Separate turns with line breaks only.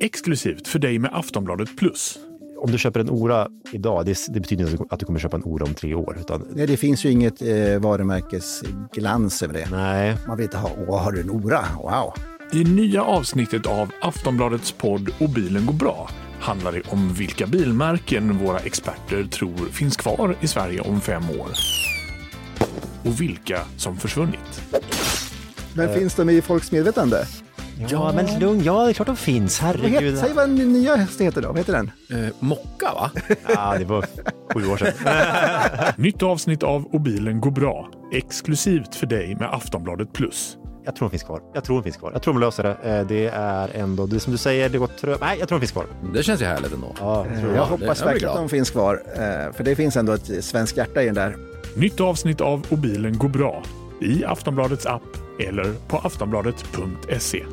Exklusivt för dig med Aftonbladet Plus.
Om du köper en Ora idag, det, det betyder inte att du kommer köpa en Ora om tre år. Utan,
Nej, det finns ju inget eh, varumärkesglans över det.
nej,
Man vill inte ha, åh, har du en Ora? Wow!
I nya avsnittet av Aftonbladets podd Och bilen går bra handlar det om vilka bilmärken våra experter tror finns kvar i Sverige om fem år. Och vilka som försvunnit.
Men finns de i folks medvetande?
ja, men lugn, ja det är klart de finns,
Vad heter,
herregud.
säg vad den nya hästen heter då, vad heter den?
Eh, mocka va?
Ja, det var sju år sedan.
Nytt avsnitt av Och bilen går bra. Exklusivt för dig med Aftonbladet Plus.
Jag tror de finns kvar. Jag tror de finns kvar. Jag tror de löser det. Eh, Det är ändå, det är som du säger, det går trögt. Nej, jag tror de finns kvar.
Det känns ju härligt ändå.
Ja, jag tror
Jag
det.
hoppas
jag blir
verkligen att
glad.
de finns kvar, eh, för det finns ändå ett svenskt hjärta i den där.
Nytt avsnitt av Och bilen går bra i Aftonbladets app eller på aftonbladet.se.